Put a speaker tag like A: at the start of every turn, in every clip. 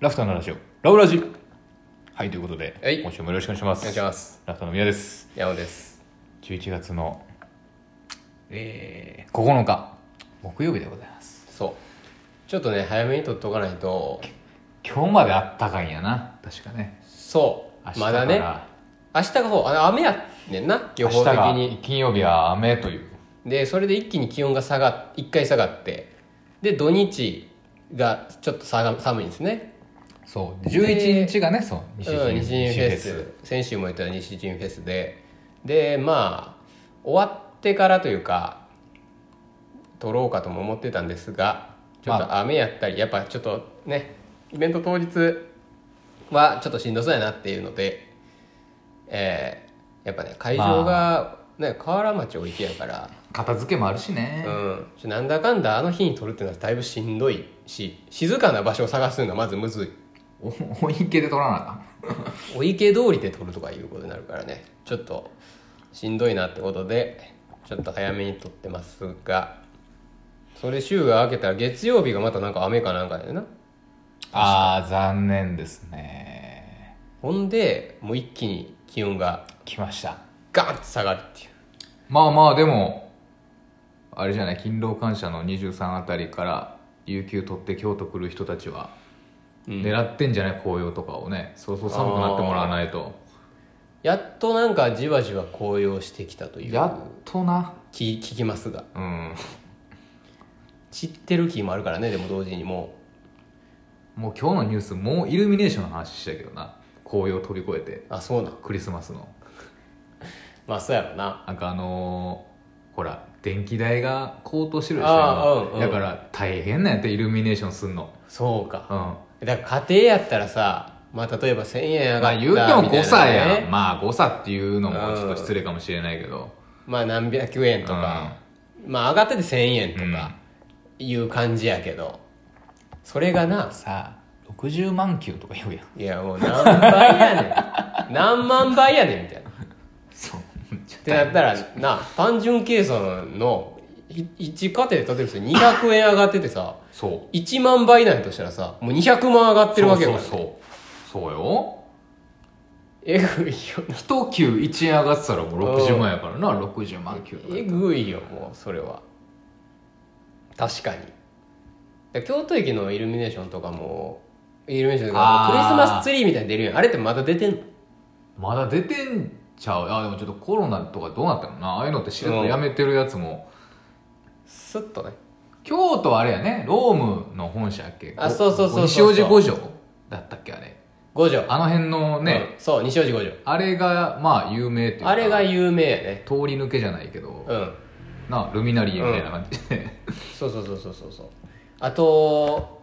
A: ラフターの話をラブラジはいということで、
B: はい
A: 今週もよろしくお願いします
B: お願いします
A: ラフターの宮です
B: 山尾です
A: 11月の、えー、9日木曜日でございます
B: そうちょっとね早めに取っとかないと
A: 今日まであったかいんやな確かね
B: そ
A: 明日
B: う
A: か
B: ま
A: ら
B: だね明日がそうあの雨やねんな予
A: 明
B: 報
A: 日
B: 的
A: が
B: に
A: 金曜日は雨という
B: でそれで一気に気温が下がっ一回下がってで土日がちょっと下が寒いんですね
A: そう11日がねそう西陣
B: うん西陣フェス
A: 西陣
B: 先週も言った西陣フェスででまあ終わってからというか撮ろうかとも思ってたんですがちょっと雨やったり、やっぱちょっとねイベント当日はちょっとしんどそうやなっていうので、えーやっぱね会場が、ね河原町置いてやから
A: 片付けもあるしね、
B: うん、ちょなんだかんだあの日に撮るっていうのはだいぶしんどいし静かな場所を探すのはまずむずい
A: おお 陰形で取らなあかん
B: お池通りで撮るとかいうことになるからねちょっとしんどいなってことでちょっと早めに撮ってますがそれ週が明けたら月曜日がまたなんか雨かなんかだよな
A: ああ残念ですね
B: ほんでもう一気に気温が
A: 来ました
B: ガンって下がるっていう
A: まあまあでもあれじゃない勤労感謝の23あたりから有給取って京都来る人たちは
B: うん
A: 狙ってんじゃない紅葉とかをねそうそう寒くなってもらわないと
B: やっとなんかじわじわ紅葉してきたという
A: やっとな
B: 聞聞きますが
A: うん
B: 散ってる気もあるからねでも同時にも
A: もう今日のニュースもうイルミネーションの話したけどな紅葉飛び越えて
B: うあそうなん
A: クリスマスの
B: まあそうやろな
A: なんかあのーほら電気代が高騰してるでし
B: あー
A: ょ今
B: うんうん
A: だから大変なんやってイルミネーションすんの
B: そう
A: う
B: か、
A: ん
B: だから家庭やったらさまあ例えば1000
A: ま
B: 円上が
A: あ
B: った
A: 言うても誤差やん、
B: みたいなね
A: まあ誤差っていうのもちょっと失礼かもしれないけど、
B: まあ何百円とか、まあ上がってて1000円とかいう感じやけど、それがな
A: さあ60万球とか言うやん
B: いやもう何倍やね ん何万倍やねんみたいなっ
A: そう
B: てなったらな単純計算の1家庭で例えばさ200円上がっててさ
A: そう
B: 1万倍なんやとしたらさもう200万上がってるわけや
A: そ
B: か
A: うそ
B: ら
A: うそうそうよ
B: えぐいよ
A: 1球1円上がってたらもう60万やからな60万球とか
B: えぐいよもうそれは確かにだ京都駅のイルミネーションとかもイルミネーションとか
A: あー
B: クリスマスツリーみたいに出るやんあれってまだ出てんの
A: まだ出てんちゃうあでもちょっとコロナとかどうなったのなああいうのって知らっとやめてるやつも、
B: スッとね
A: 京都はあれやねロームの本社やっけ
B: あそうそうそうそう
A: 西大寺五条だったっけあれ
B: 五条
A: あの辺のね、
B: うんそう西大寺五条
A: あれがまあ有名っていうか
B: あれが有名やね
A: 通り抜けじゃないけど、
B: うん
A: なルミナリエみたいな感じで、
B: そうそうそうそうそうそうあと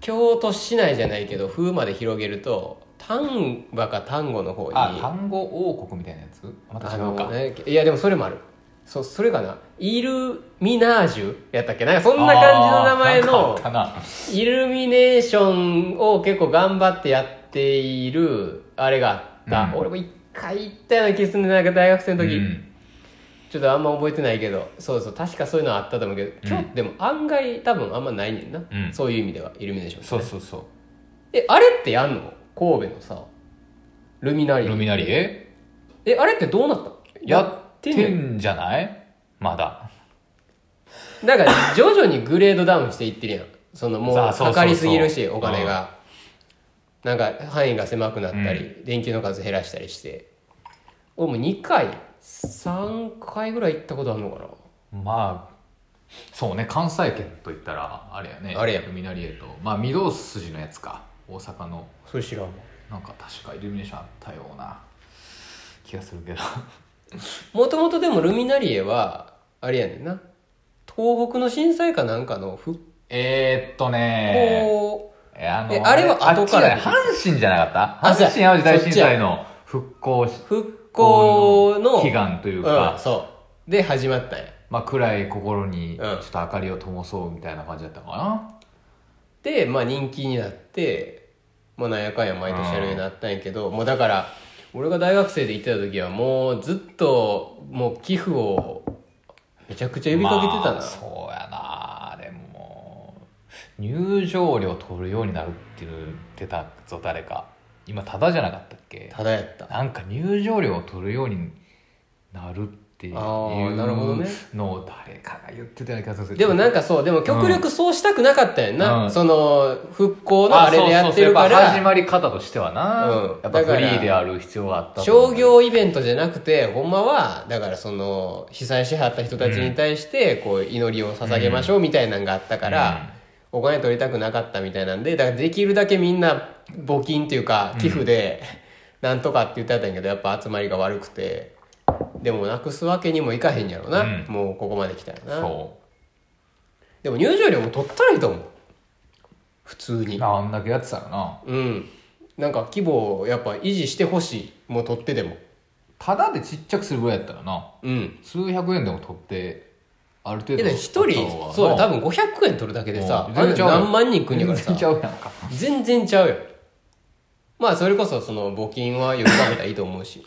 B: 京都市内じゃないけど風まで広げると丹波か丹後の方に
A: あ単語王国みたいなやつまた
B: あ
A: 違う
B: の
A: か、
B: ね、いやでもそれもあるそそれかなイルミナージュやったっけなんかそんな感じの名前
A: あーなん
B: の
A: かあったな
B: イルミネーションを結構頑張ってやっているあれがあった、
A: うん
B: 俺も一回行ったような気するんだけど大学生の時、
A: うん
B: ちょっとあんま覚えてないけどそうそう確かそういうのあったと思うけど今日、でも案外多分あんまないねんな、
A: うん
B: そういう意味ではイルミネーション
A: そうそうそう
B: えあれってやんの神戸のさルミナリ
A: ル
B: ー
A: ミナリエ
B: えあれってどうなったの
A: やって
B: ね
A: んじゃないまだ
B: なんか徐々にグレードダウンしていってるやんそのもう
A: さあそうそうそう
B: かかりすぎるしお金がなんか範囲が狭くなったり、電球の数減らしたりして俺もう2回3回ぐらい行ったことあるのかな
A: まあそうね関西圏といったらあれやね
B: あれや
A: ルミナリエとまあ御堂筋のやつか大阪の
B: それ知らんわ
A: なんか確かイルミネーションあったような気がするけど
B: もともとでもルミナリエはあれやねんな東北の震災かなんかの復
A: えーっとね
B: 興、
A: えあの
B: えあれは後から
A: あっちじゃない阪神じゃなかっ
B: あ
A: た
B: そう
A: 阪
B: や
A: 神・淡路大震災の復興し
B: 復興の
A: 祈願という
B: うん、
A: か、
B: そうで始まったんや
A: まあ、暗い心に
B: ん
A: ちょっと明かりを灯そうみたいな感じだったのかな、
B: で、まあ、人気になって、まあ、なんやかんや毎年やるようになったんやけど、もうだから俺が大学生で行ってた時はもうずっともう寄付をめちゃくちゃ呼びかけてたな、
A: まあそうやなでも入場料取るようになるって言ってたぞ誰か今タダじゃなかったっけ
B: ただやった
A: なんか入場料を取るようになるっていう
B: あーなるほどね
A: のを誰かが言ってたような気がするんす
B: でもなん
A: か
B: かそうでも極力そうしたくなかったやんな、
A: うん
B: その復興のあれでやってるから
A: 始まり方としてはな、
B: うん
A: やっぱフリ
B: だか
A: ー
B: ら
A: である必要はあったと思う
B: 商業イベントじゃなくてほんまはだからその被災しはった人たちに対してこう祈りを捧げましょうみたいなのがあったから、お金取りたくなかったみたいなんでだからできるだけみんな募金っていうか寄付で、なんとかって言ってたんやけどやっぱ集まりが悪くてでもなくすわけにもいかへんやろな、
A: うん
B: もうここまで来たらな
A: そ
B: でも入場料も取ったらいいと思う普通
A: う
B: に
A: あんだけやってたらな
B: うんなんか規模をやっぱ維持してほしいもう取ってでも
A: タダでちっちゃくするぐらいやったらな
B: うん
A: 数百円でも取ってある程
B: い
A: 度
B: や一人そう多分500円取るだけでさあんな何万人来んやからさ
A: 全然ちゃうやんか
B: 全然ちゃうよまあそれこそその募金は呼びかけたらいいと思うし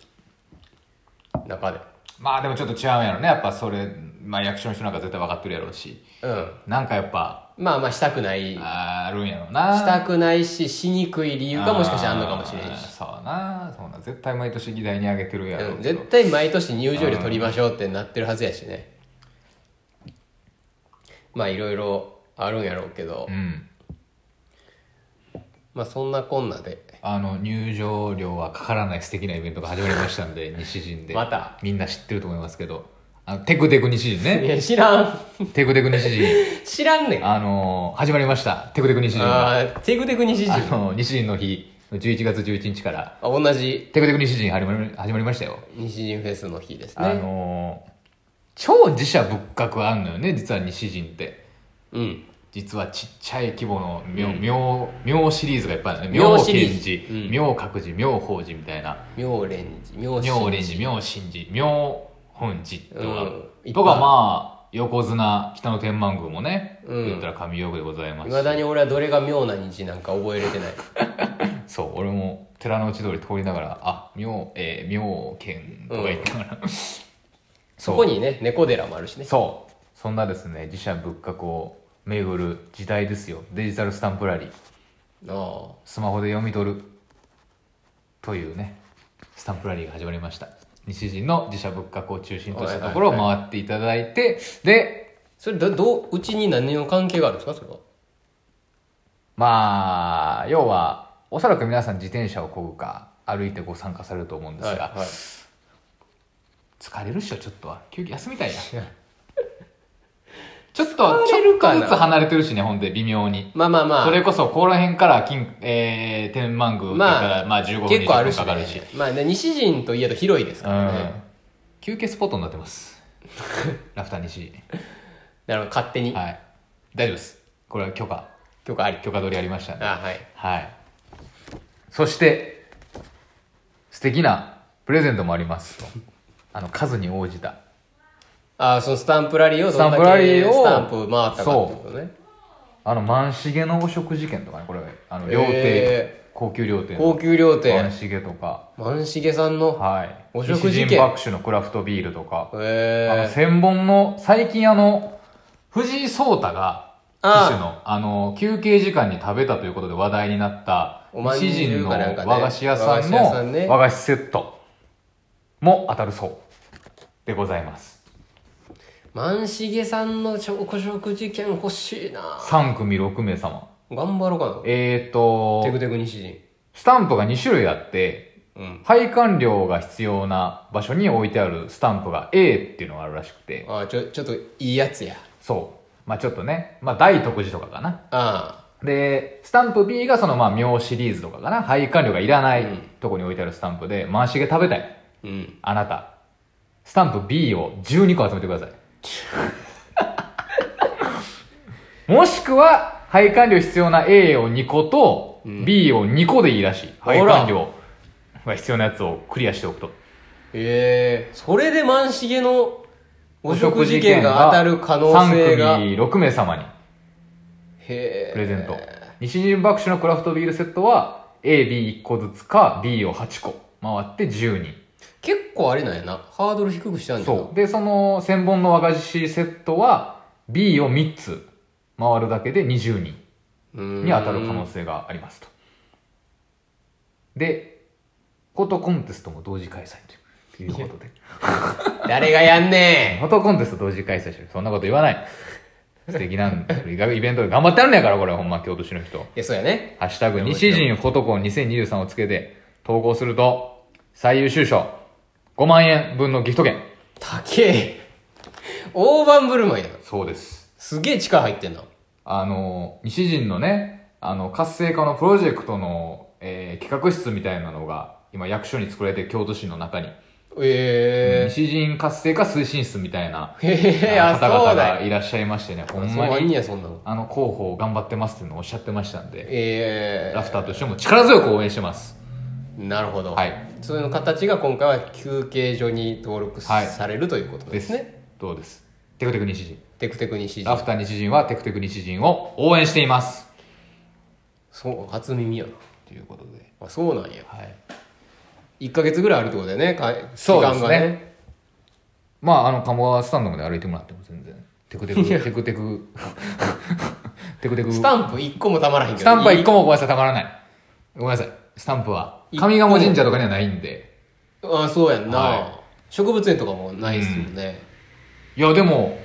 B: 中で
A: まあでもちょっと違うんやろねやっぱそれ、まあ、役所の人なんか絶対分かってるやろうし
B: うん
A: なんかやっぱ
B: まあまあしたくないし
A: あーあるんやろうな
B: たくないししにくい理由がもしかしたらあんのかもしれ
A: あ
B: ん
A: ー
B: し、
A: そうやなそうな絶対毎年議題にあげてるやろ
B: う、
A: うんけど
B: 絶対毎年入場料取りましょうってなってるはずやしねまあいろいろあるんやろうけど
A: うん
B: まあそんなこんなで
A: あの入場料はかからない素敵なイベントが始まりましたんで西陣で
B: また
A: みんな知ってると思いますけどあのテクテク西陣
B: い
A: ね
B: や知らん
A: テクテク西陣
B: 知らんねん
A: あのー始まりましたテクテク西陣 があ
B: ああテクテク西陣あ
A: の西陣の日11月11日から
B: 同じ
A: テクテク西陣始まり始まりましたよ
B: 西陣フェスの日です
A: あ
B: ね
A: のー超自社仏閣あんのよね実は西陣って
B: うん
A: 実はちっちゃい規模の妙、妙妙シリーズがいっぱいあるね
B: 妙
A: 妙
B: シリー
A: 賢
B: ズ
A: 寺、
B: うん
A: 妙覚寺妙法寺みたいな
B: 妙蓮寺妙
A: 妙蓮寺妙心寺妙本寺とか、
B: うん
A: と
B: いっぱ
A: かま
B: い
A: あ横綱北野天満宮もね、
B: うん
A: 言ったら神用具でございま
B: い
A: す
B: ま
A: し
B: だに俺はどれが妙な日なんか覚えれてない
A: そう俺も寺の内通り通りながらあ妙えー、妙剣とか言ったから、
B: そうこにね猫寺もあるしね
A: そうそんなですね自社仏閣を巡る時代ですよデジタルスタンプラリー
B: あ
A: スマホで読み取るというねスタンプラリーが始まりました西陣の自社仏閣を中心としたところを回っていただいて、で
B: あそれどどううちに何の関係があるんですかそれは
A: まあ要はおそらく皆さん自転車をこぐか歩いてご参加されると思うんですが、
B: はいはい
A: 疲れるっしょちょっとは休憩休みたいやちょっとは
B: 疲
A: ち
B: れ
A: ょ
B: る
A: っと
B: かな
A: ずつ離れてるしねほんで微妙に
B: まあまあまあ
A: それこそここら辺から金、えー、天満宮って言ったら、まあ、15分
B: 結構ある
A: 20
B: し,、
A: 分かかるし、
B: ね、まあね西陣といえど広いです
A: う
B: から
A: ん
B: ね、
A: 休憩スポットになってます ラフター西
B: なるほど勝手に
A: はい大丈夫ですこれは許可
B: 許可あり
A: 許可取りありましたんで
B: あはい
A: はいそして素敵なプレゼントもありますとあの数に応じた
B: あそのスタンプラリーをど
A: ス
B: んだ
A: タンプラリ
B: け
A: ーを
B: スタンプ回ったかってことね
A: あの満重のお食事券とかねこれあの料亭、
B: え
A: 高級料亭
B: 高級料亭
A: 満重とか
B: 万重さんの
A: はい
B: お食事券
A: 西陣爆酒のクラフトビールとかあの
B: へえ
A: 千本の最近あの藤井聡太が
B: あ
A: 機
B: あ
A: 種のあの休憩時間に食べたということで話題になった
B: おまんじゅう
A: 西陣の
B: かなん
A: 和
B: かね
A: 菓子屋さんの
B: 和菓子屋さんね
A: 和菓子セットも当たるそうでございます
B: 万重さんのお食事券欲しいな
A: 3組6名様
B: 頑張ろうか
A: えー
B: なテ
A: と
B: クテク西陣
A: スタンプが2種類あって
B: うん
A: 配管料が必要な場所に置いてあるスタンプが A っていうのがあるらしくて
B: あちょちょっといいやつや
A: そうまあちょっとねまあ大徳寺とかかな
B: あ
A: で、スタンプ B がそのまあ妙シリーズとかかな。配管料がいらない
B: うん
A: とこに置いてあるスタンプで、回し毛食べたい。
B: あうん
A: あなた。スタンプ B を12個集めてくだ さい。もしくは、配管料必要な A を2個と、B を2個でいいらしい。
B: あら
A: 配管料が必要なやつをクリアしておくと。
B: ええそれで万重のお食事券が当たる可能性がへ
A: 3組6名様に
B: え
A: プレゼント。西陣爆酒のクラフトビールセットは、A、B1 個ずつか、B を8個回って10人。
B: 結構あれなんやなハードル低くしたんだ
A: そう。で、その1000本の和菓子セットは B を3つ回るだけで20人。
B: に
A: に当たる可能性がありますと。で、フォトコンテストも同時開催ということで。
B: 誰がやん
A: フ
B: ね
A: ォトコンテスト同時開催してる。そんなこと言わない。素敵なイベントで頑張ってあるんやから、これ、ほんま、京都市の人。
B: えそうやね
A: ハッシュタグ、西陣フォトコン2023をつけて、投稿すると、最優秀賞、5万円分のギフト券。
B: 高え大盤振る舞いやな
A: そうです。
B: すげえ力入ってんな
A: あの、西陣のね、あの、活性化のプロジェクトの、えー企画室みたいなのが、今、役所に作られて、京都市の中に。
B: え
A: 西陣活性化推進室みたいな、
B: えへえあ
A: 方
B: そ
A: 々
B: うだ
A: がいらっしゃいましてね、ほん
B: そう
A: ま
B: はいいん
A: に、
B: やそんなの
A: あの、広報頑張ってますっていうのをおっしゃってましたんで、
B: え
A: ラフターとしても力強く応援してます。
B: えなるほど
A: はい
B: それの形が今回は休憩所に登録
A: はい
B: されるということ
A: で
B: です
A: す。
B: ね
A: どうですテクテク西陣。
B: テクテクに指
A: ラ
B: 示
A: フター西陣はテクテク西陣を応援しています。
B: そう初耳やな
A: ということで。
B: あそうなんや
A: はい。
B: 1か月ぐらいあるってことだよねか期
A: そうで
B: 間
A: すね
B: がね
A: まあ、あの、鴨川スタンドまで歩いてもらっても全然。テクテク、テクテ ク、テクテク。
B: スタンプ1個もたまらへんけど
A: スタンプは一個もごめんなさい、たまらない。ごめんなさい。スタンプは。上賀茂神社とかにはないんで。
B: あそうやんな、
A: は
B: 植物園とかもないですもんね、
A: いや、でも、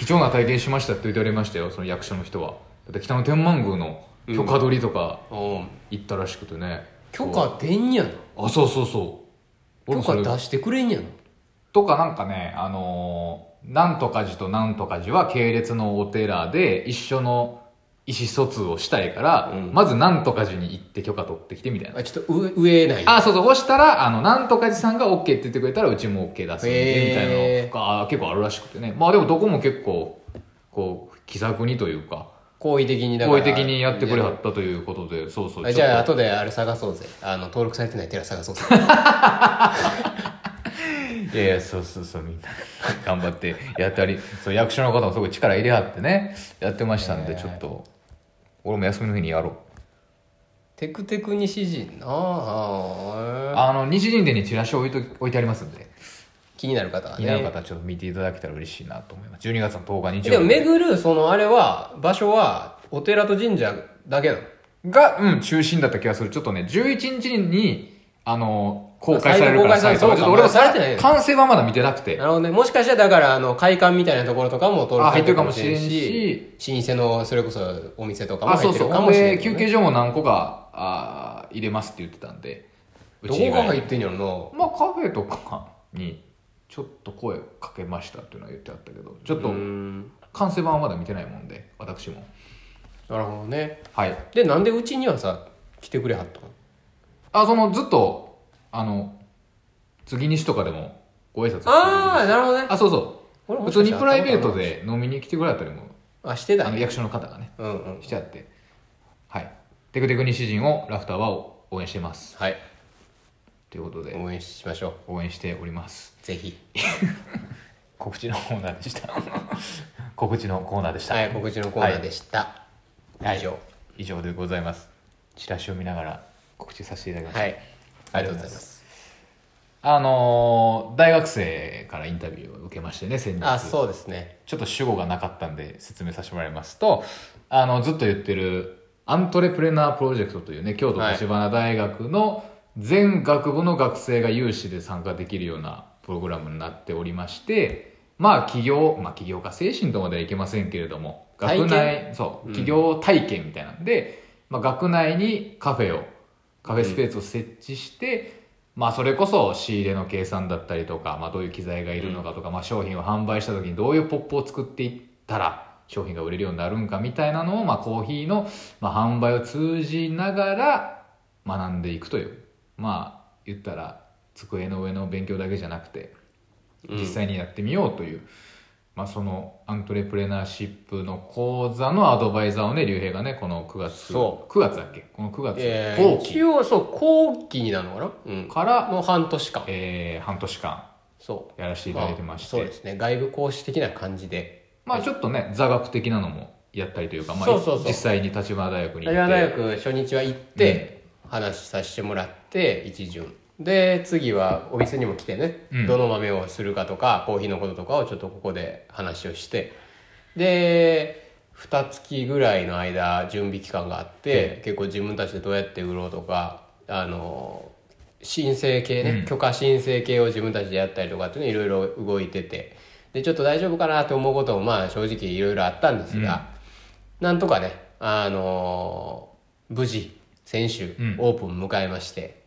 A: 貴重な体験しましたって言っておりましたよ、その役所の人は。だって北の天満宮の許可取りとか
B: うん、
A: 行ったらしくてね。
B: 許可出んやな
A: あ、そうそうそう。
B: 許
A: 俺もそ
B: 可
A: れ
B: 出してくれんやな
A: とかなんかね、あのーなんとか寺となんとか寺は系列のお寺で一緒の意思疎通をしたいから、
B: うん
A: まずなんとか寺に行って許可取ってきてみたいな。
B: あちょっと上上ない
A: あ、そうそう、そしたら、あの、なんとか寺さんが OK って言ってくれたら、うちも OK 出すんで、
B: へー
A: みたいなのがあ結構あるらしくてね。まあでもどこも結構、こう、気さくにというか、
B: 好意的にだか
A: 好
B: ら
A: 意的にやってくれはったということで、そうそう。
B: あじゃあ
A: ちょっ
B: 後であれ探そうぜあの登録されてない寺探そうぜ
A: と、いやいや、そうそうそう、みんな頑張ってやったり、そう、役所の方もすごい力入れはってね、やってましたんで、ちょっと、俺も休みの日にやろう。
B: テクテク西陣なああ
A: あの、西陣殿にチラシ置いと置いてありますんで、
B: 気になる方は
A: 気になる
B: ね
A: 方はちょっと見ていただけたら嬉しいなと思います。12月の10日日
B: で
A: 曜
B: も
A: 日。
B: 巡るそのあれは場所はお寺と神社だけなの
A: が、うん、中心だった気がする。ちょっとね、11日に、あの、公開されるから、
B: サイト
A: サ
B: 公
A: イトが
B: 開さ
A: ちょっと
B: れる
A: 俺は
B: そうかまだされてないよ
A: 完成はまだ見てなくて
B: な。るほどねもしかしたらだからあの会館みたいなところとかも登録
A: あ入
B: され
A: っててる
B: る
A: か
B: か
A: も
B: も
A: し
B: し
A: れ
B: れ
A: ん
B: ん
A: し
B: し老舗のそれこそお店とかも
A: あ、
B: 入
A: そ
B: っ
A: う
B: て
A: そう。
B: るか
A: ほん
B: もしれん
A: で、
B: け
A: 休
B: どね
A: 憩所も何個か、あー入れますって言ってたんで。う
B: ど
A: ち以
B: こが
A: 外
B: 入ってんやろ
A: まあ、カフェとかに、ちょっと声かけましたっていうのは言ってあったけど、ちょっと
B: なうー、ん
A: 完成版はまだ見てないもんで、私も。
B: なるほどね
A: はい。
B: でなんでうちにはさ来てくれはったの
A: あ、その、ずっと、あの、次にしとかでもご挨拶して
B: ああなるほどね
A: あ、そうそう。
B: 俺も
A: 普
B: しか
A: 通
B: し
A: に
B: たら
A: プライベートで飲みに来てくれたりも
B: あして
A: あ
B: た
A: の
B: ね
A: 役所の方がね
B: うんうん
A: しちゃってはいテクテク西陣をラフターは応援してます
B: はい
A: ということで
B: 応援しましょう
A: 応援しております
B: ぜひ
A: 告知のコーナーでした 告知のコーナーでした、
B: はい告知のコーナーでした、
A: はい
B: 以上
A: 以上でございますチラシを見ながら告知させていただきました、
B: はいありがとうございます
A: あのー大学生からインタビューを受けましてね先日
B: あそうですね
A: ちょっと主語がなかったんで説明させてもらいますと、あの、ずっと言ってる、アントレプレナープロジェクトというね、京都橘大学の全学部の学生が有志で参加できるようなプログラムになっておりまして、まあ、企業、まあ、企業家精神とまではいけませんけれども、学
B: 体
A: 内、そう、企業体験みたいなんで、まあ、学内にカフェを、カフェスペースを設置して、まあ、それこそ仕入れの計算だったりとか、まあ、どういう機材がいるのかとか、まあ、商品を販売した時にどういうポップを作っていったら商品が売れるようになるんかみたいなのを、まあ、コーヒーの、まあ、販売を通じながら学んでいくというまあ言ったら机の上の勉強だけじゃなくて
B: うん
A: 実際にやってみようという、まあ、そのアントレプレナーシップの講座のアドバイザーをね竜兵がねこの9月
B: そ
A: 9月だっけこの9月、
B: えー
A: 後期
B: 一応そう後期になるのかなうん
A: から、
B: の半年間
A: えー半年間
B: そ
A: やらせて
B: う
A: いただいてまし
B: あそう
A: て
B: ですね外部講師的な感じで
A: まあちょっとね、座学的なのもやったりというか、まあ、
B: そうそうそう
A: 実際に立花大学に行
B: 大
A: っ
B: 和
A: て。
B: 大学初日は行って、話させてもらって一巡で次はお店にも来てね、
A: うん
B: どの豆をするかとかコーヒーのこととかをちょっとここで話をしてで2月ぐらいの間準備期間があって、結構自分たちでどうやって売ろうとかあの申請系ね、
A: うん
B: 許可申請系を自分たちでやったりとかっていうのいろいろ動いててでちょっと大丈夫かなと思うこともまあ正直いろいろあったんですが、なんとかねあの無事先週
A: うん
B: オープン迎えまして、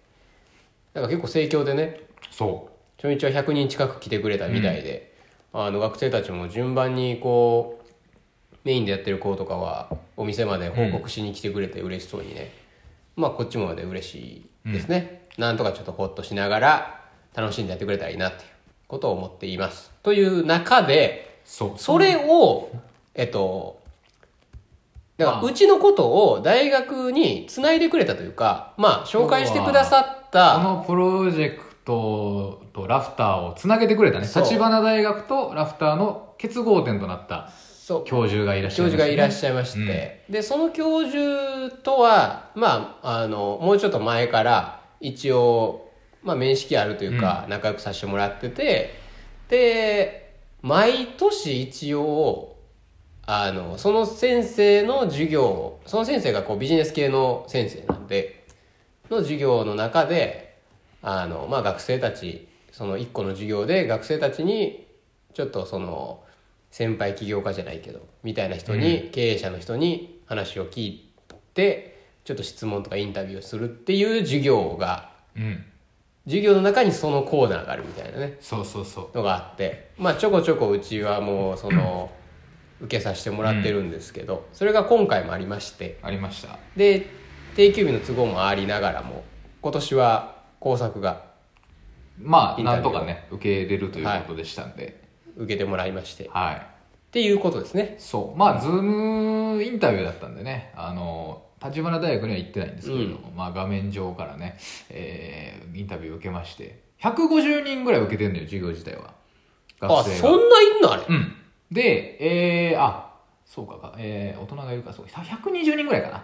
B: なんか結構盛況でね
A: そ
B: 初日は100人近く来てくれたみたいで、あの学生たちも順番にこうメインでやってる子とかはお店まで報告しに来てくれて嬉しそうにね、まあこっちもまで嬉しいですね、なんとかちょっとホッとしながら楽しんでやってくれたらいいなっていうことを思っていますという中
A: う
B: で
A: そう
B: それをえっとだからうちのことを大学につないでくれたというかまあ紹介してくださっ
A: こ
B: た
A: のプロジェクトとラフターをつなげてくれたね
B: そう
A: 立花大学とラフターの結合点となった
B: そう
A: 教授がいらっしゃ
B: 教
A: いまし
B: 授
A: た
B: が
A: ね
B: いらっしゃいまして、でその教授とは、まあ、あのもうちょっと前から一応、まあ、面識あるというか、仲良くさせてもらっててで毎年一応あのその先生の授業その先生がこうビジネス系の先生なんでの授業の中であの、まあ、学生たちその1個の授業で学生たちにちょっとその先輩起業家じゃないけどみたいな人に、経営者の人に話を聞いてちょっと質問とかインタビューをするっていう授業が
A: うん
B: 授業の中にそのコーナーがあるみたいなね
A: そうそうそう
B: のがあってまあちょこちょこうちはもうその受けさせてもらってるんですけど、それが今回もありまして
A: ありました
B: で定休日の都合もありながらも今年は工作が
A: まあ
B: インタ
A: な
B: ビ
A: ん
B: ュー
A: とかね受け入れるということでしたんで
B: 受けてもらいましてっ
A: はい、
B: ていうことですね
A: そうまあズームインタビューだったんでねあの立花大学には行ってないんですけれども、まあ、画面上からね、えーインタビュー受けまして150人ぐらい受けてんのよ授業自体は
B: あ
A: 学生
B: そ
A: が
B: んないんのあれ
A: うん。で、えー、あ、そうかか、えー、大人がいるから、そう、120人ぐらいかな。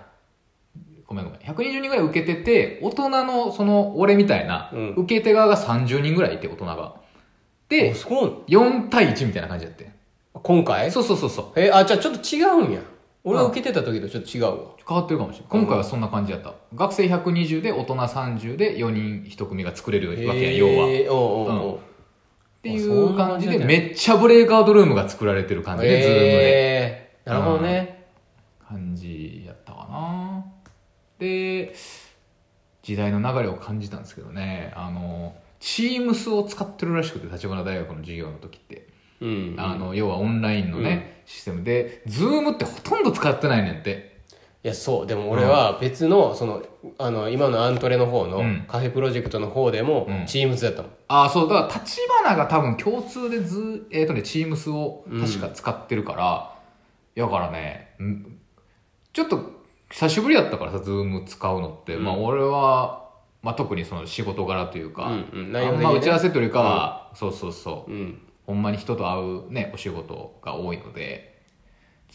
A: ごめんごめん。120人ぐらい受けてて、大人の、その、俺みたいな、
B: うん
A: 受け手側が30人ぐらいいて、大人が。
B: あ
A: で、
B: そうなの
A: 4対1みたいな感じだって。
B: 今回
A: そうそうそうそう。
B: えあじゃあちょっと違うんや俺
A: うん
B: 受けてた時とちょっと違うわ
A: 変わってるかもしれない。今回はそんな感じだった。学生120で、大人30で、4人1組が作れるわけや、要は。っ
B: えーおうおうおう
A: てい
B: あそ
A: うん
B: な感
A: 感
B: じ
A: じ
B: なん
A: で、
B: だ
A: めっちゃブレイクアウトルームが作られてる感じで、ズームで。
B: えーなるほどね、
A: 感じやったかなで時代の流れを感じたんですけどねあの Teams を使ってるらしくて立花大学の授業の時って、
B: うんうん
A: あの要はオンラインのね、システムで Zoom ってほとんど使ってないねんって
B: いやそうでも俺は別のそのあの今のアントレの方の
A: うん
B: カフェプロジェクトの方でも
A: うん
B: Teams だったもん、
A: ああそうだから立花が多分共通でず、えーとね、Teams を確か使ってるから、やからねんちょっと久しぶりだったからさ Zoom 使うのって、
B: うん
A: まあ俺は、まあ、特にその仕事柄というか、
B: うんうん、内容
A: あん
B: 的
A: ま
B: に、ね、
A: 打ち合わせというよりかは、そうそうそう
B: うん、
A: ほんまに人と会うねお仕事が多いので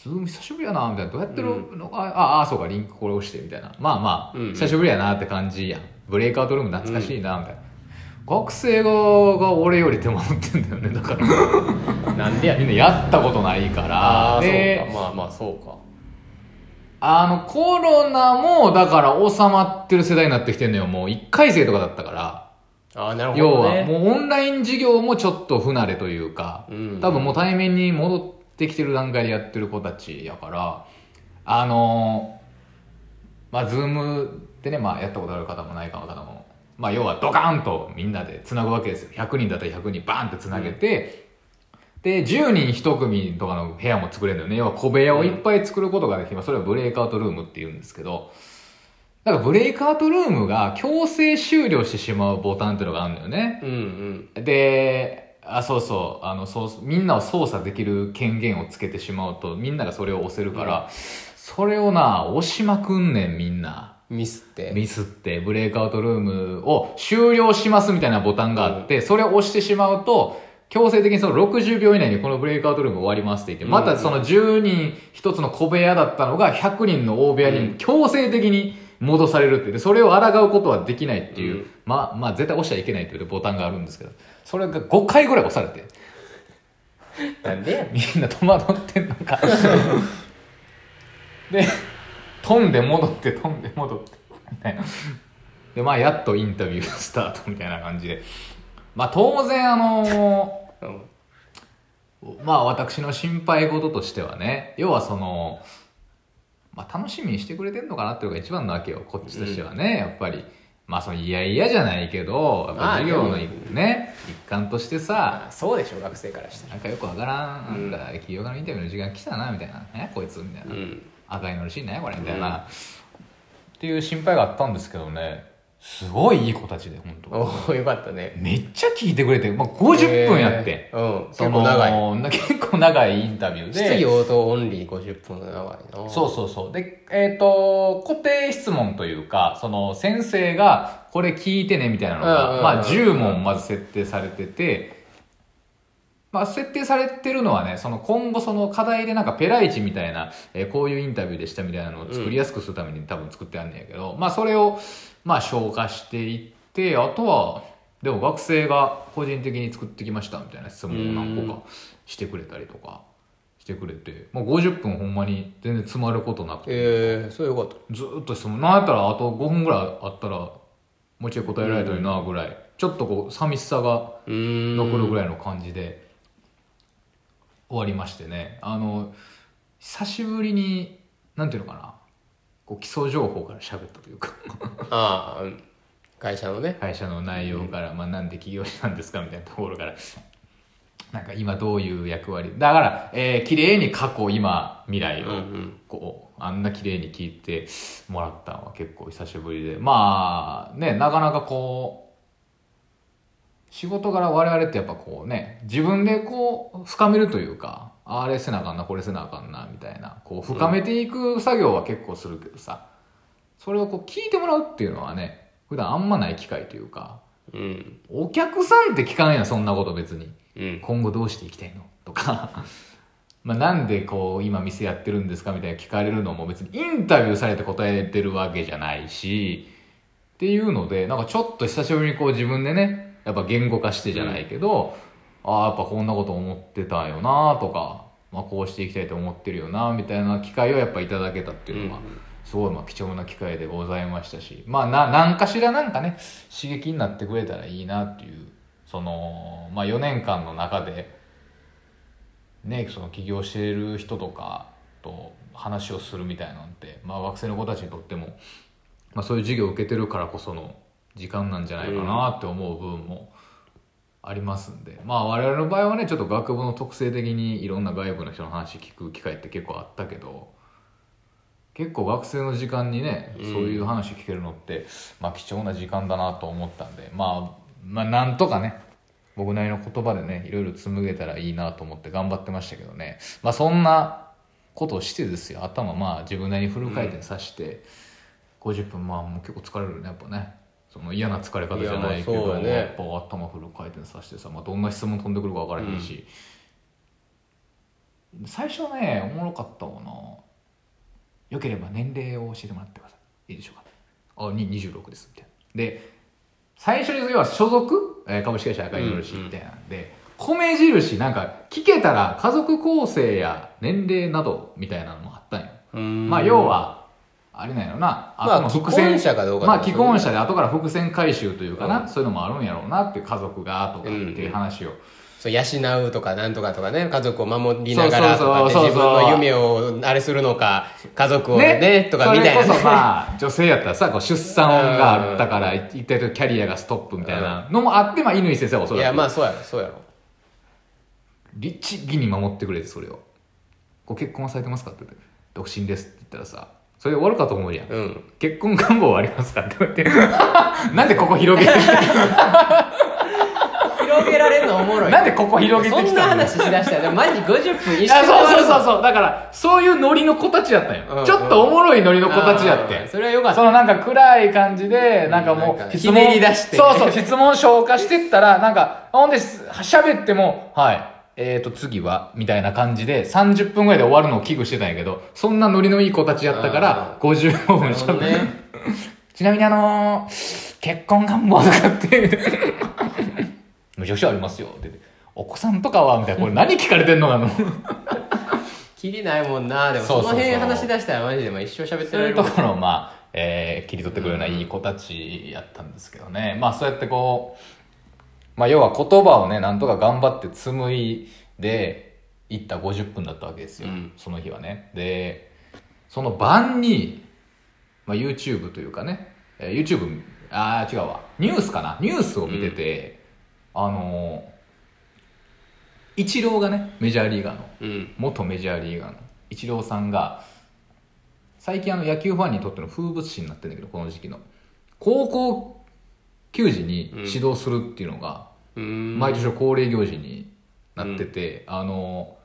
A: ズーム久しぶりやなみたいなどうやってるのか、ああそうかリンクこれ押してみたいなまあまあ、
B: うんうん
A: 久しぶりやなって感じやんブレイクアウトルーム懐かしいなみたいな、学生側が俺より手間取ってんだよねだから
B: なんでやね
A: み
B: ん
A: んなやったことないから
B: ああ
A: で
B: そうかまあまあそうか
A: あのコロナもだから収まってる世代になってきてんのよもう1回生とかだったから
B: ああなるほ
A: 要
B: ど、ね、
A: はもうオンライン授業もちょっと不慣れというか、
B: うん
A: 多分もう対面に戻ってきてる段階でやってる子たちやからあのーまあズームでね、まあ、やったことある方もない方もまあ要はドカーンとみんなでつなぐわけですよ100人だったら100人バーンってつなげて、で10人1組とかの部屋も作れるんだよね要は小部屋をいっぱい作ることができますそれをブレイクアウトルームって言うんですけどなんかブレイクアウトルームが強制終了してしまうボタンっていうのがあるんだよね。
B: うんうん
A: で、あ、そうそう、あの、そう、みんなを操作できる権限をつけてしまうと、みんながそれを押せるから、それをな、押しまくんねん、みんな。
B: ミスって
A: ミスって、ブレイクアウトルームを終了しますみたいなボタンがあって、それを押してしまうと、強制的にその60秒以内にこのブレイクアウトルーム終わりますって言って、
B: うん
A: またその10人一つの小部屋だったのが100人の大部屋
B: うん
A: に強制的に戻されるって、でそれを抗うことはできないっていう、
B: うん
A: まあ、まあ絶対押しちゃいけないっていうボタンがあるんですけど、それが5回ぐらい押されて、
B: なんでやねん
A: みんな戸惑ってんのか。で飛んで戻って飛んで戻ってみたいなでまあやっとインタビュースタートみたいな感じでまあ当然あの
B: うん
A: まあ私の心配事としてはね要はその、まあ、楽しみにしてくれてんのかなっていうのが一番なわけよこっちとしてはね、やっぱりまあそのいやいやじゃないけどやっぱ授業の
B: まあで
A: 一
B: も
A: ね一環としてさ
B: あそうでしょ学生からしたら
A: なんかよくわからん、
B: うん
A: なんか企業家のインタビューの時間来たなみたいな「えこいつ」みたいな、
B: うん
A: 赤いのるしんねこれみたいな、
B: うん
A: っていう心配があったんですけどねすごいいい子たちで本当
B: おおよかったね
A: めっちゃ聞いてくれて、まあ、50分やってん、
B: えーうん結
A: その
B: 構長い
A: な結構長いインタビュー
B: 質疑
A: で
B: 応答オンリー50分長いな
A: そうそうそうでえっ、と固定質問というかその先生がこれ聞いてねみたいなの
B: うんうん
A: が、
B: うん
A: まあ、10問まず設定されてて、まあ、設定されてるのはねその今後その課題でなんかペライチみたいな、えーこういうインタビューでしたみたいなのを作りやすくするために多分作ってあんねんやけど、まあそれをまあ消化していってあとはでも学生が個人的に作ってきましたみたいな質問を何個かしてくれたりとかしてくれて、まあ、50分ほんまに全然詰まることなく
B: えー、そうよかった
A: ずーっと質問なんやったらあと5分ぐらいあったらもうちょい答えられたりなぐらい、ちょっとこう寂しさが
B: うーん
A: 残るぐらいの感じで終わりましてねあの久しぶりになんていうのかなこう基礎情報から喋ったというか
B: ああうん会社のね
A: 会社の内容から、まあ、なんで起業したんですかみたいなところからなんか今どういう役割だから、えー、綺麗に過去今未来
B: うん
A: を、
B: うん
A: こうあんな綺麗に聞いてもらったのは結構久しぶりでまあねなかなかこう仕事柄我々ってやっぱこうね自分でこう深めるというかあれせなあかんなこれせなあかんなみたいなこう深めていく作業は結構するけどさ、それをこう聞いてもらうっていうのはね普段あんまない機会というか
B: うん
A: お客さんって聞かないやんそんなこと別に。
B: うん
A: 今後どうしていきたいのとか まあなんでこう今店やってるんですかみたいな聞かれるのも別にインタビューされて答えてるわけじゃないしっていうのでなんかちょっと久しぶりにこう自分でねやっぱ言語化してじゃないけど、ああやっぱこんなこと思ってたよなとか、まあ、こうしていきたいと思ってるよなみたいな機会をやっぱいただけたっていうのは、
B: うん
A: すごいまあ貴重な機会でございましたしまあな何かしらなんかね刺激になってくれたらいいなっていうその、まあ、4年間の中でねその起業してる人とかと話をするみたいなんて、まあ、学生の子たちにとっても、まあ、そういう授業を受けてるからこその時間なんじゃないかなって思う部分もありますんで、まあ我々の場合はねちょっと学部の特性的にいろんな外部の人の話聞く機会って結構あったけど結構学生の時間にね、
B: うん
A: そういう話聞けるのって、まあ、貴重な時間だなと思ったんで、まあ、まあなんとかね僕なりの言葉でねいろいろ紡げたらいいなと思って頑張ってましたけどね、まあ、そんなことをしてですよ頭まあ自分なりにフル回転させて、50分まあもう結構疲れるねやっぱねその嫌な疲れ方じゃないけ
B: いやま
A: ど
B: あそうだね
A: やっぱ頭フル回転させてさ、まあ、どんな質問飛んでくるか分からへんし、最初ねおもろかったもなよければ年齢を教えてもらってくださいいいでしょうかあに26ですみたいなで最初に要は所属、えー株式会社赤い印みたいなんで、米印なんか聞けたら家族構成や年齢などみたいなのもあったんよ、
B: うーん
A: まあ要はあれなんやろな
B: まあ
A: の
B: 既婚者かどうか
A: まあ既婚
B: 者
A: 者で後から伏線回収というかな、
B: うん
A: そういうのもあるんやろうなっていう家族がとかっていう話を、
B: そう養うとかなんとかとかね家族を守りながらとかって
A: そうそう
B: 自
A: そう
B: 分
A: そう
B: の夢をあれするのか家族をねとかみたいな
A: それこそまあ女性やったらさこう出産があったから一定とキャリアがストップみたいなのもあってまあ乾先生はおそ
B: い
A: らく
B: やまあそうやろそうやろ
A: 律儀に守ってくれてそれを「ご結婚はされてますか?」って言って「独身です」って言ったらさそれで終わるかと思うやん、
B: うん
A: 結婚願望はありますかって言って なんでここ広げて
B: 広げられるのおもろい
A: なんでここ広げてきたの
B: そんな話しだしたらでもマジ50分一緒
A: いやそうそうそうそうだからそういうノリの子たちやったんよ、
B: うんうん
A: ちょっとおもろいノリの子たちやって
B: あーそれはよかった
A: そのなんか暗い感じでなんかも
B: なん
A: う
B: かひねり出して
A: そうそう質問消化してったらなんかほんで喋ってもはいえーと次はみたいな感じで30分ぐらいで終わるのを危惧してたんやけどそんなノリのいい子たちやったから
B: あ
A: 55
B: な
A: 分
B: る
A: し
B: ほ
A: ゃ
B: ど
A: べ
B: ね
A: るちなみにあのー結婚願望とか って無職者ありますよって言ってお子さんとかはみたいなこれ何聞かれてんのかな
B: きりないもんなでもそ
A: そうそ
B: の
A: うそう
B: 辺話し出したらマジでまあ一生喋って
A: そう
B: られ
A: いう
B: る
A: と
B: もん
A: ころを、まあえー切り取ってくるようないい子たちやったんですけどね、まあそうやってこう、まあ、要は言葉をねなんとか頑張って紡いで行った50分だったわけですよ、
B: うん
A: その日はねでその晩に、まあ、YouTube というかね、えー YouTube ああ違うわニュースかなニュースを見てて、あのーイチローがねメジャーリーガーの
B: うん
A: 元メジャーリーガーのイチローさんが最近あの野球ファンにとっての風物詩になってるんだけどこの時期の高校球児に指導するっていうのが
B: うーん
A: 毎年恒例行事になってて、あの、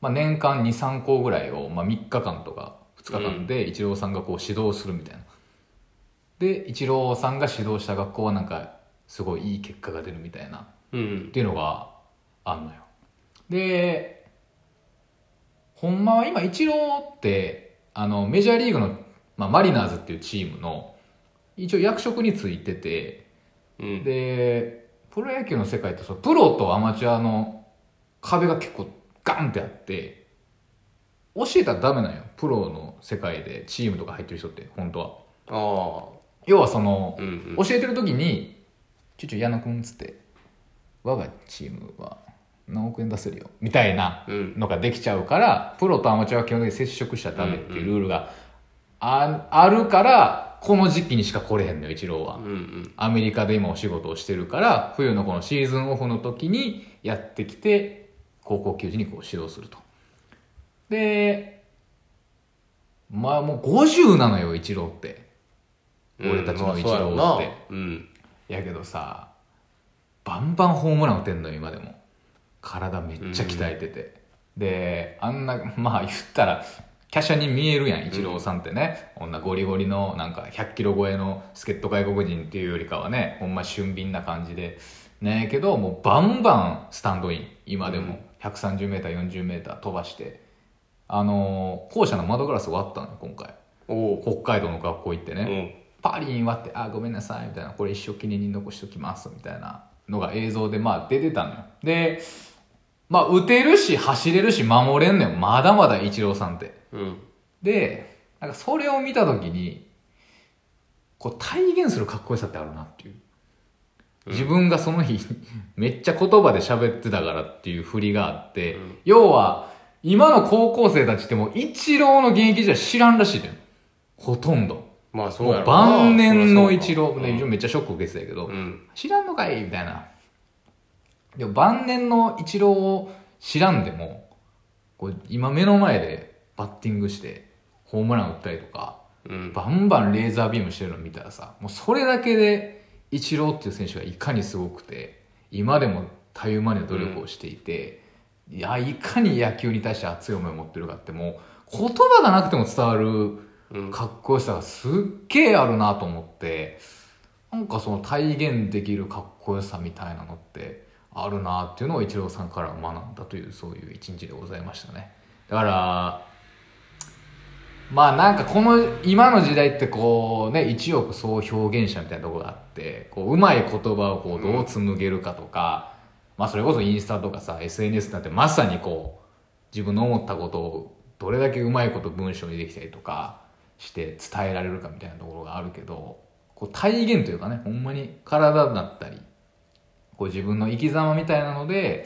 A: まあ、年間23校ぐらいを、まあ、3日間とか2日間でイチローさんがこう指導するみたいな。でイチローさんが指導した学校はなんかすごいいい結果が出るみたいな
B: うん
A: っていうのがあんのよでほんまは今イチローってあのメジャーリーグの、まあ、マリナーズっていうチームの一応役職についてて
B: うん
A: でプロ野球の世界ってそのプロとアマチュアの壁が結構ガンってあって教えたらダメなんよプロの世界でチームとか入ってる人って本当は
B: ああ
A: 要はその、
B: うんうん
A: 教えてる時に「ちょちょ矢野くん」っつって「我がチームは何億円出せるよ」みたいな
B: うん
A: のができちゃうからプロとアマチュアは基本的に接触しちゃダメっていうルールがああるからこの時期にしか来れへんのよイチローは
B: うん。うん
A: アメリカで今お仕事をしてるから冬のこのシーズンオフの時にやってきて高校球児にこう指導するとでまあもう50なのよイチローって
B: うん
A: 俺たちの一
B: まあそうやろうな
A: 郎って
B: うん
A: やけどさバンバンホームラン打てんのよ今でも体めっちゃ鍛えてて、であんな まあ言ったら華奢に見えるやんイチローさんってね、こんなゴリゴリのなんか100キロ超えの助っ人外国人っていうよりかはねほんま俊敏な感じでねえけどもうバンバンスタンドイン今でも 130m40m 飛ばしてあのー校舎の窓ガラス割ったのよ今回
B: おう
A: 北海道の学校行ってね、
B: うん
A: パリン割って「あごめんなさい」みたいな「これ一生記念に残しときます」みたいなのが映像でまあ出てたのよでまあ打てるし走れるし守れんのよまだまだイチローさんって
B: うん
A: でなんかそれを見た時にこう体現するかっこよさってあるなっていう自分がその日 めっちゃ言葉で喋ってたからっていう振りがあって、
B: うん
A: 要は今の高校生たちってもうイチローの現役時代知らんらしいのよほとんど
B: まあそう
A: も
B: や
A: う
B: ろうな
A: 晩年のイチロ
B: そ
A: ー、
B: りゃ
A: ね、
B: そうか
A: めっちゃショック受けてたけど、
B: うん
A: 知らんのかいみたいな。でも晩年のイチローを知らんでも、こう今目の前でバッティングして、ホームラン打ったりとか、
B: うん
A: バンバンレーザービームしてるの見たらさ、もうそれだけで、イチローっていう選手がいかにすごくて、今でもたゆまぬ努力をしていて、いや、いかに野球に対して熱い思いを持ってるかって、もう言葉がなくても伝わる
B: うん
A: かっこよさがすっげえあるなと思ってなんかその体現できるかっこよさみたいなのってあるなっていうのをイチローさんから学んだというそういう一日でございましたねだからまあなんかこの今の時代ってこうね一億総表現者みたいなところがあってこううまい言葉をこうどう紡げるかとか、まあそれこそインスタとかさ SNS なんてまさにこう自分の思ったことをどれだけうまいこと文章にできたりとかして伝えられるかみたいなところがあるけどこう体現というかねほんまに体だったりこう自分の生き様みたいなので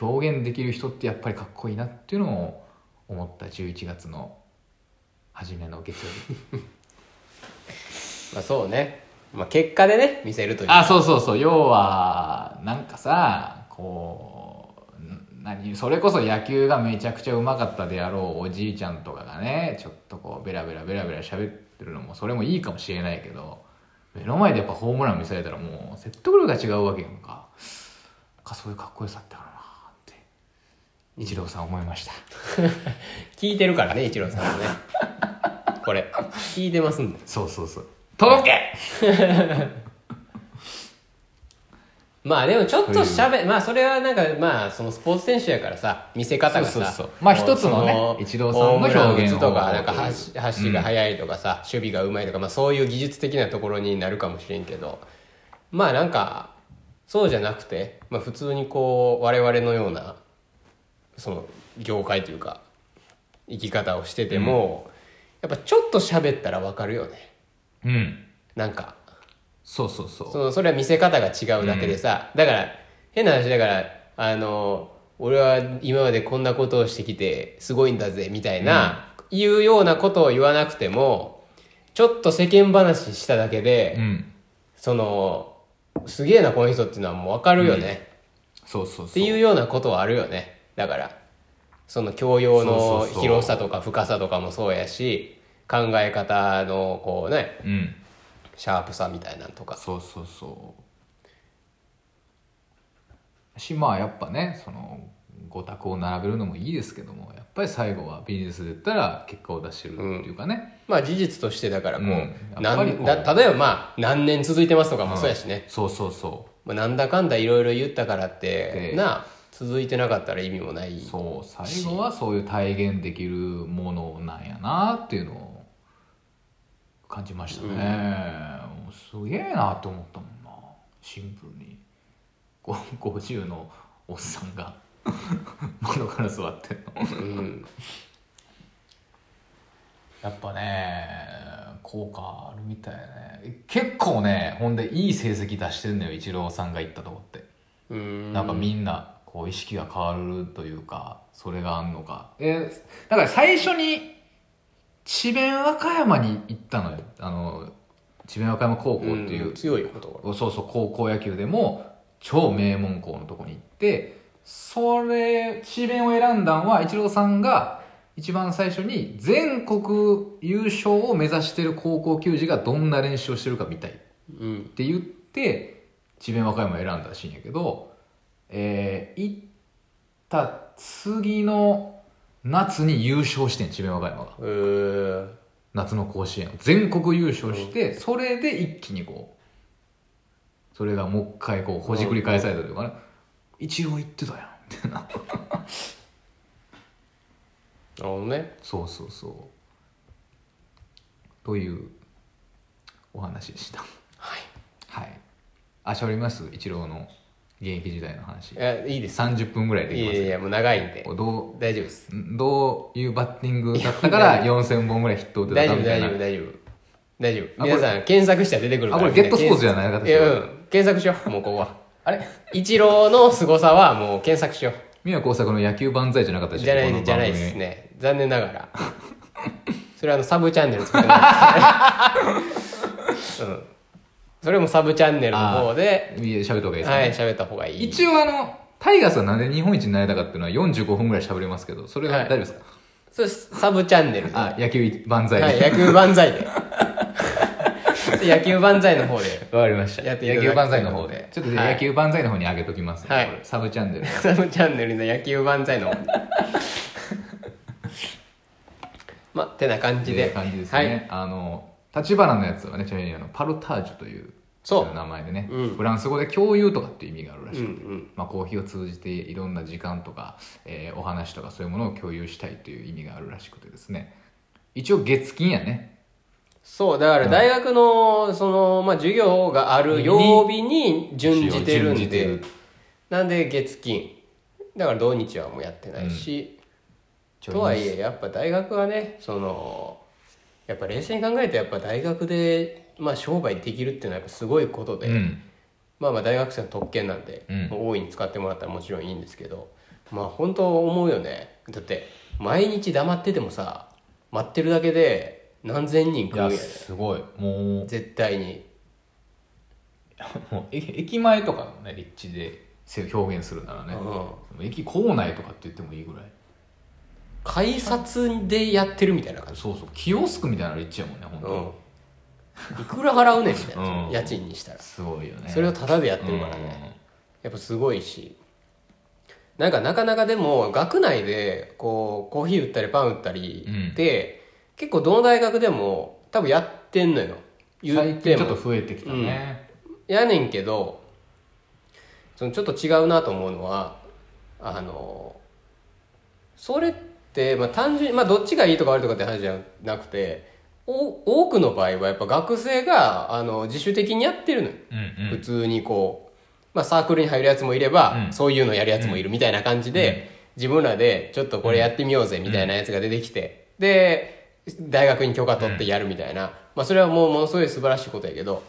A: 表現できる人ってやっぱりかっこいいなっていうのを思った11月の初めの月曜日
B: まあそうねまあ結果でね見せるという
A: あそうそうそう要はなんかさこうん何それこそ野球がめちゃくちゃうまかったであろうおじいちゃんとかがねちょっとこうベラベラベラベラ喋ってるのもそれもいいかもしれないけど目の前でやっぱホームラン見せられたらもう説得力が違うわけやんかなんかそういうかっこよさってあるなって一郎さん思いました
B: 聞いてるからね一郎さんもねこれ聞いてますんで
A: そうそうそう届け
B: まあでもちょっとしゃべまあそれはなんかまあそのスポーツ選手やからさ見せ方がさ
A: そうそうそうまあ一つのねイチローさんの表現
B: ホームラン打つと
A: 方法
B: かなんか走走りが速いとかさ、守備がうまいとか、まあ、そういう技術的なところになるかもしれんけどまあなんかそうじゃなくて、まあ、普通にこう我々のようなその業界というか生き方をしてても、やっぱちょっと喋ったらわかるよね
A: うん
B: なんか
A: そうそうそう
B: そのそれは見せ方が違うだけでさ、だから変な話だからあの俺は今までこんなことをしてきてすごいんだぜみたいな、いうようなことを言わなくてもちょっと世間話しただけで、
A: うん
B: そのすげえなこの人っていうのはもう分かるよね、
A: そうそうそう
B: っていうようなことはあるよねだからその教
A: そ
B: 養
A: う
B: の
A: そうそう
B: 広さとか深さとかもそうやし考え方のこうね
A: うん
B: シャープさみたいなんとか
A: そうそうそうしまあやっぱねそのご多幸を並べるのもいいですけどもやっぱり最後はビジネスで言ったら結果を出してるっていうかね、
B: まあ事実としてだからこう,、
A: うんやっ
B: な
A: ぱりこ
B: ん
A: う
B: だ例えばまあ何年続いてますとかもそうやしね、
A: そうそうそ
B: まあ、なんだかんだいろいろ言ったからって
A: で
B: なあ続いてなかったら意味もないう
A: そう最後はそういう体現できるものなんやなっていうのを感じましたね、もうすげえなと思ったもんなシンプルにこう50のおっさんが 窓から座ってんの
B: うん
A: やっぱね効果あるみたいね結構ねほんでいい成績出してるのよイチローさんが行ったとこって、
B: うん
A: なんかみんなこう意識が変わるというかそれがあんのかでだから最初に智弁和歌山に行ったのよあの智弁和歌山高校ってい
B: ん
A: う、
B: 強いことが
A: そうそう高校野球でも超名門校のとこに行ってそれ智弁を選んだんはイチローさんが一番最初に全国優勝を目指してる高校球児がどんな練習をしてるか見たいっ
B: うん
A: て言って智弁和歌山を選んだらしいんやけど、えー行った次の夏に優勝してん智弁和歌山が
B: うー
A: 夏の甲子園を全国優勝して、それで一気にこうそれがもう一回こうほじくり返されたというかね、一応言ってたやんみたいな
B: なるほどね
A: そうそうそうというお話でした
B: はい
A: はいあしゃべります一郎の現役時代の話
B: えいいです
A: 30分ぐらいで
B: い
A: きま
B: やい
A: す
B: やいやもう長いんで
A: けどど
B: 大丈夫です
A: うどういうバッティングだったから4000本ぐらいヒット打て
B: 大
A: たか
B: 丈夫
A: みた
B: 大
A: い
B: 丈
A: な
B: 夫大丈夫大丈夫
A: あこれ
B: 皆さん検索したら出てくるから
A: あこれゲットスポーツじゃない
B: みん
A: 形
B: いやうん検索しようもうここは
A: あれ
B: イチローの凄さはもう検索しよう
A: 宮工作の野球万歳じゃなかったでしょ
B: じゃな
A: この
B: いじゃない
A: 番組
B: ですね残念なが らそれはあのサブチャンネル作ってない、うん、それもサブチャンネルの方で
A: いや喋った方がいいですね、
B: はい喋った方がいい
A: 一応あのタイガースはなんで日本一になれたかっていうのは45分ぐらい喋れますけどそれは大丈夫ですか、
B: それサブチャンネルで
A: あ野球万歳で、
B: はい、野球万歳 で野球万歳の方で
A: わかりました
B: やっていただ
A: 野
B: く
A: 球万歳の方でちょっとじゃあ
B: はい
A: 野球万歳の方に上げときます、
B: はい
A: これサブチャンネル
B: サブチャンネルの野球万歳 の方でまあてな感
A: って
B: じ
A: い
B: で
A: う感じです
B: はい、
A: ね、あの立花のやつはねちなみにあのパルタージュという
B: そう
A: 名前でね、
B: うん
A: フランス語で共有とかっていう意味があるらし
B: う
A: い、
B: んうん
A: まあ、コーヒーを通じていろんな時間とか、えーお話とかそういうものを共有したいという意味があるらしくてですね一応月金やね
B: そうだから大学のその、まあ、授業がある曜日に準じてる
A: 順
B: ん
A: 次出
B: でなんで月金だから土日はもうやってないし、とはいえやっぱ大学はねそのやっぱ冷静に考えてやっぱ大学で、まあ、商売できるっていうのはやっぱすごいことで、
A: うん
B: まあまあ大学生の特権なんで、
A: うん
B: もう大いに使ってもらったらもちろんいいんですけどまあ本当思うよねだって毎日黙っててもさ待ってるだけで何千人
A: い
B: 来るん
A: や
B: やね
A: すごいもう
B: 絶対に
A: もう駅駅前とかのね立地でせ表現するならね、
B: うん
A: 駅構内とかって言ってもいいぐらい
B: 改札でやってるみたいな感じ、
A: そうそうキオスクみたいな立地やもんね本当、
B: うん、いくら払うねんみたいな、
A: うん
B: 家賃にしたら
A: すごいよね
B: それを
A: 立
B: タダでやってるからね、やっぱすごいしなんかなかなかでも学内でこうコーヒー売ったりパン売ったり
A: うん
B: で、結構どの大学でも多分やってんのよ言
A: 最
B: って
A: 近ちょっ
B: も
A: と増えてきたね、
B: やねんけどそのちょっと違うなと思うのはあのそれって、まあ、単純に、まあ、どっちがいいとか悪いとかって話じゃなくてお多くの場合はやっぱ学生があの自主的にやってるのよ
A: うんうん
B: 普通にこう、まあ、サークルに入るやつもいれば、
A: うん
B: そういうのやるやつもいるみたいな感じで、自分らでちょっとこれやってみようぜみたいなやつが出てきて、で大学に許可取ってやるみたいな、まあ、それはもうものすごい素晴らしいことやけど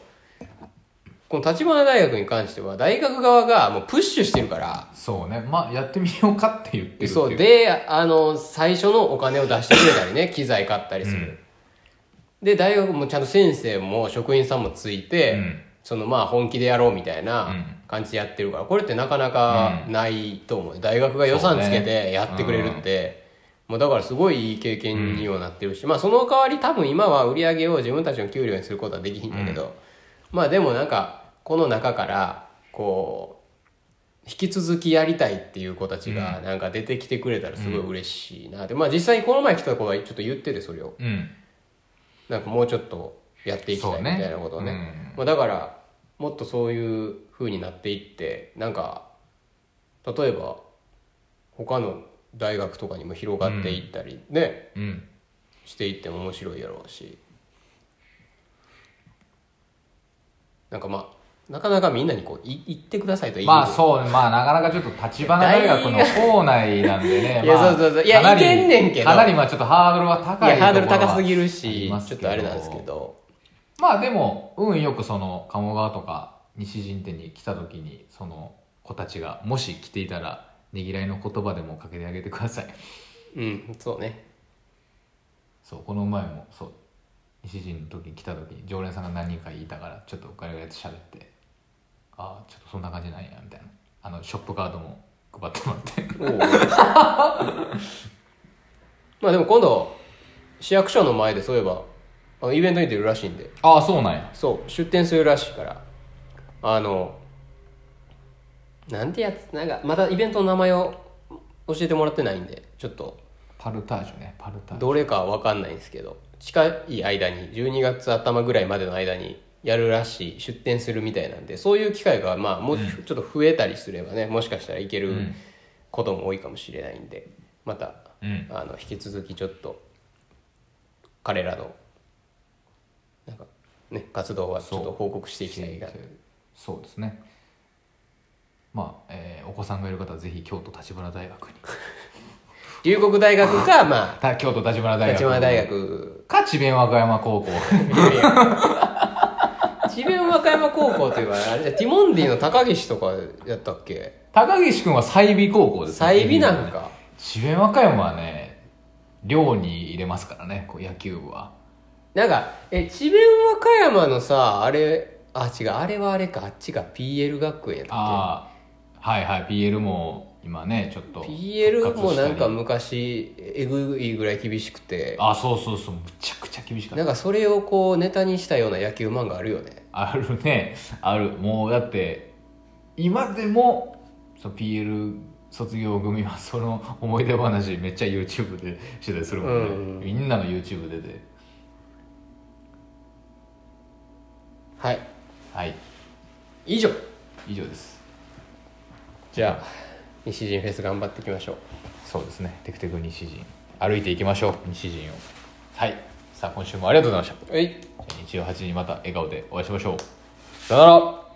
B: この立花大学に関しては大学側がもうプッシュしてるから
A: そうねまあやってみようかって言ってるってい
B: そうであの最初のお金を出してくれたり ね機材買ったりする、で大学もちゃんと先生も職員さんもついて、
A: うん
B: そのまあ本気でやろうみたい
A: うん
B: な感じでやってるからこれってなかなかないと思う、大学が予算つけてやってくれるってもうだからすごいいい経験にはなってるし、まあその代わり多分今は売り上げを自分たちの給料にすることはできひんだけど、まあでもなんかこの中からこう引き続きやりたいっていう子たちがなんか出てきてくれたらすごい嬉しいなって、まあ実際にこの前来た子がちょっと言っててそれを
A: うん
B: なんかもうちょっとやっていきたいみたいなことをね
A: そうね
B: まあ、だからもっとそういう風になっていってなんか例えば他の大学とかにも広がっていったり、ね
A: うん
B: していっても面白いやろうしなんかまあなかなかみんなにこうい行ってくださいと言いにくい
A: まあそうねまあなかなかちょっと立花大学の校内なんでね
B: いや
A: まあ
B: そうそうそういや
A: かなり
B: いけんねんけど
A: かなりまあちょっとハードルは高い
B: いやハードル高す
A: る
B: ぎる
A: あり
B: し
A: ます
B: ち
A: けど
B: ょっとあれなんですけど
A: まあでも運よくその鴨川とか西陣店に来た時にその子たちがもし来ていたらねぎらいの言葉でもかけてあげてください
B: うんそうね
A: そうこの前もそう西陣の時に来た時に常連さんが何人かいたからちょっとガヤガヤと喋ってああちょっとそんな感じなんやみたいなあのショップカードも配ってもらって
B: おう まあでも今度市役所の前でそういえばあのイベントに出るらしいんで
A: ああそうなんや
B: そう出店するらしいからあのなんてやつなんかまたイベントの名前を教えてもらってないんでちょっと
A: パルタージュねパルタージュ
B: どれかは分かんないんですけど近い間に12月頭ぐらいまでの間にやるらしい出店するみたいなんでそういう機会がまあもうちょっと増えたりすればね、もしかしたらいけることも多いかもしれないんでまた
A: うん
B: あの引き続きちょっと彼らのなんか、ね、活動はちょっと報告していきたいな
A: そうですねまあ、えーお子さんがいる方はぜひ京都立花大学に
B: 龍谷大学かま
A: た京都立花
B: あ
A: 大学
B: 立花大 学
A: か智弁和歌山高校
B: 智弁和歌山高校というかあれじゃティモンディの高岸とかやったっけ
A: 高岸君は済美高校ですね
B: 済美なんか
A: 智弁和歌山はね寮に入れますからねこう野球部は
B: なんかえ智弁和歌山のさあれあ違うあれはあれかあっちが PL 学園やったっ
A: ああはいはい PL も今ねちょっと
B: け PL もなんか
A: 復活したり
B: 昔えぐいぐらい厳しくて
A: あそうそうそうむちゃくちゃ厳しかっ
B: な
A: た
B: んかそれをこうネタにしたような野球漫画あるよね
A: あるねあるもうだって今でもその PL 卒業組はその思い出話めっちゃ YouTube でしてたりするもんね、
B: う
A: み
B: ん
A: んなの YouTube でで
B: はい
A: はい
B: 以上
A: 以上です
B: じゃあ西陣フェス頑張っていきましょう
A: そうですねテクテク西陣歩いていきましょう西陣をはいさあ今週もありがとうございました
B: はい
A: じゃあ日曜8時にまた笑顔でお会いしましょうさよなら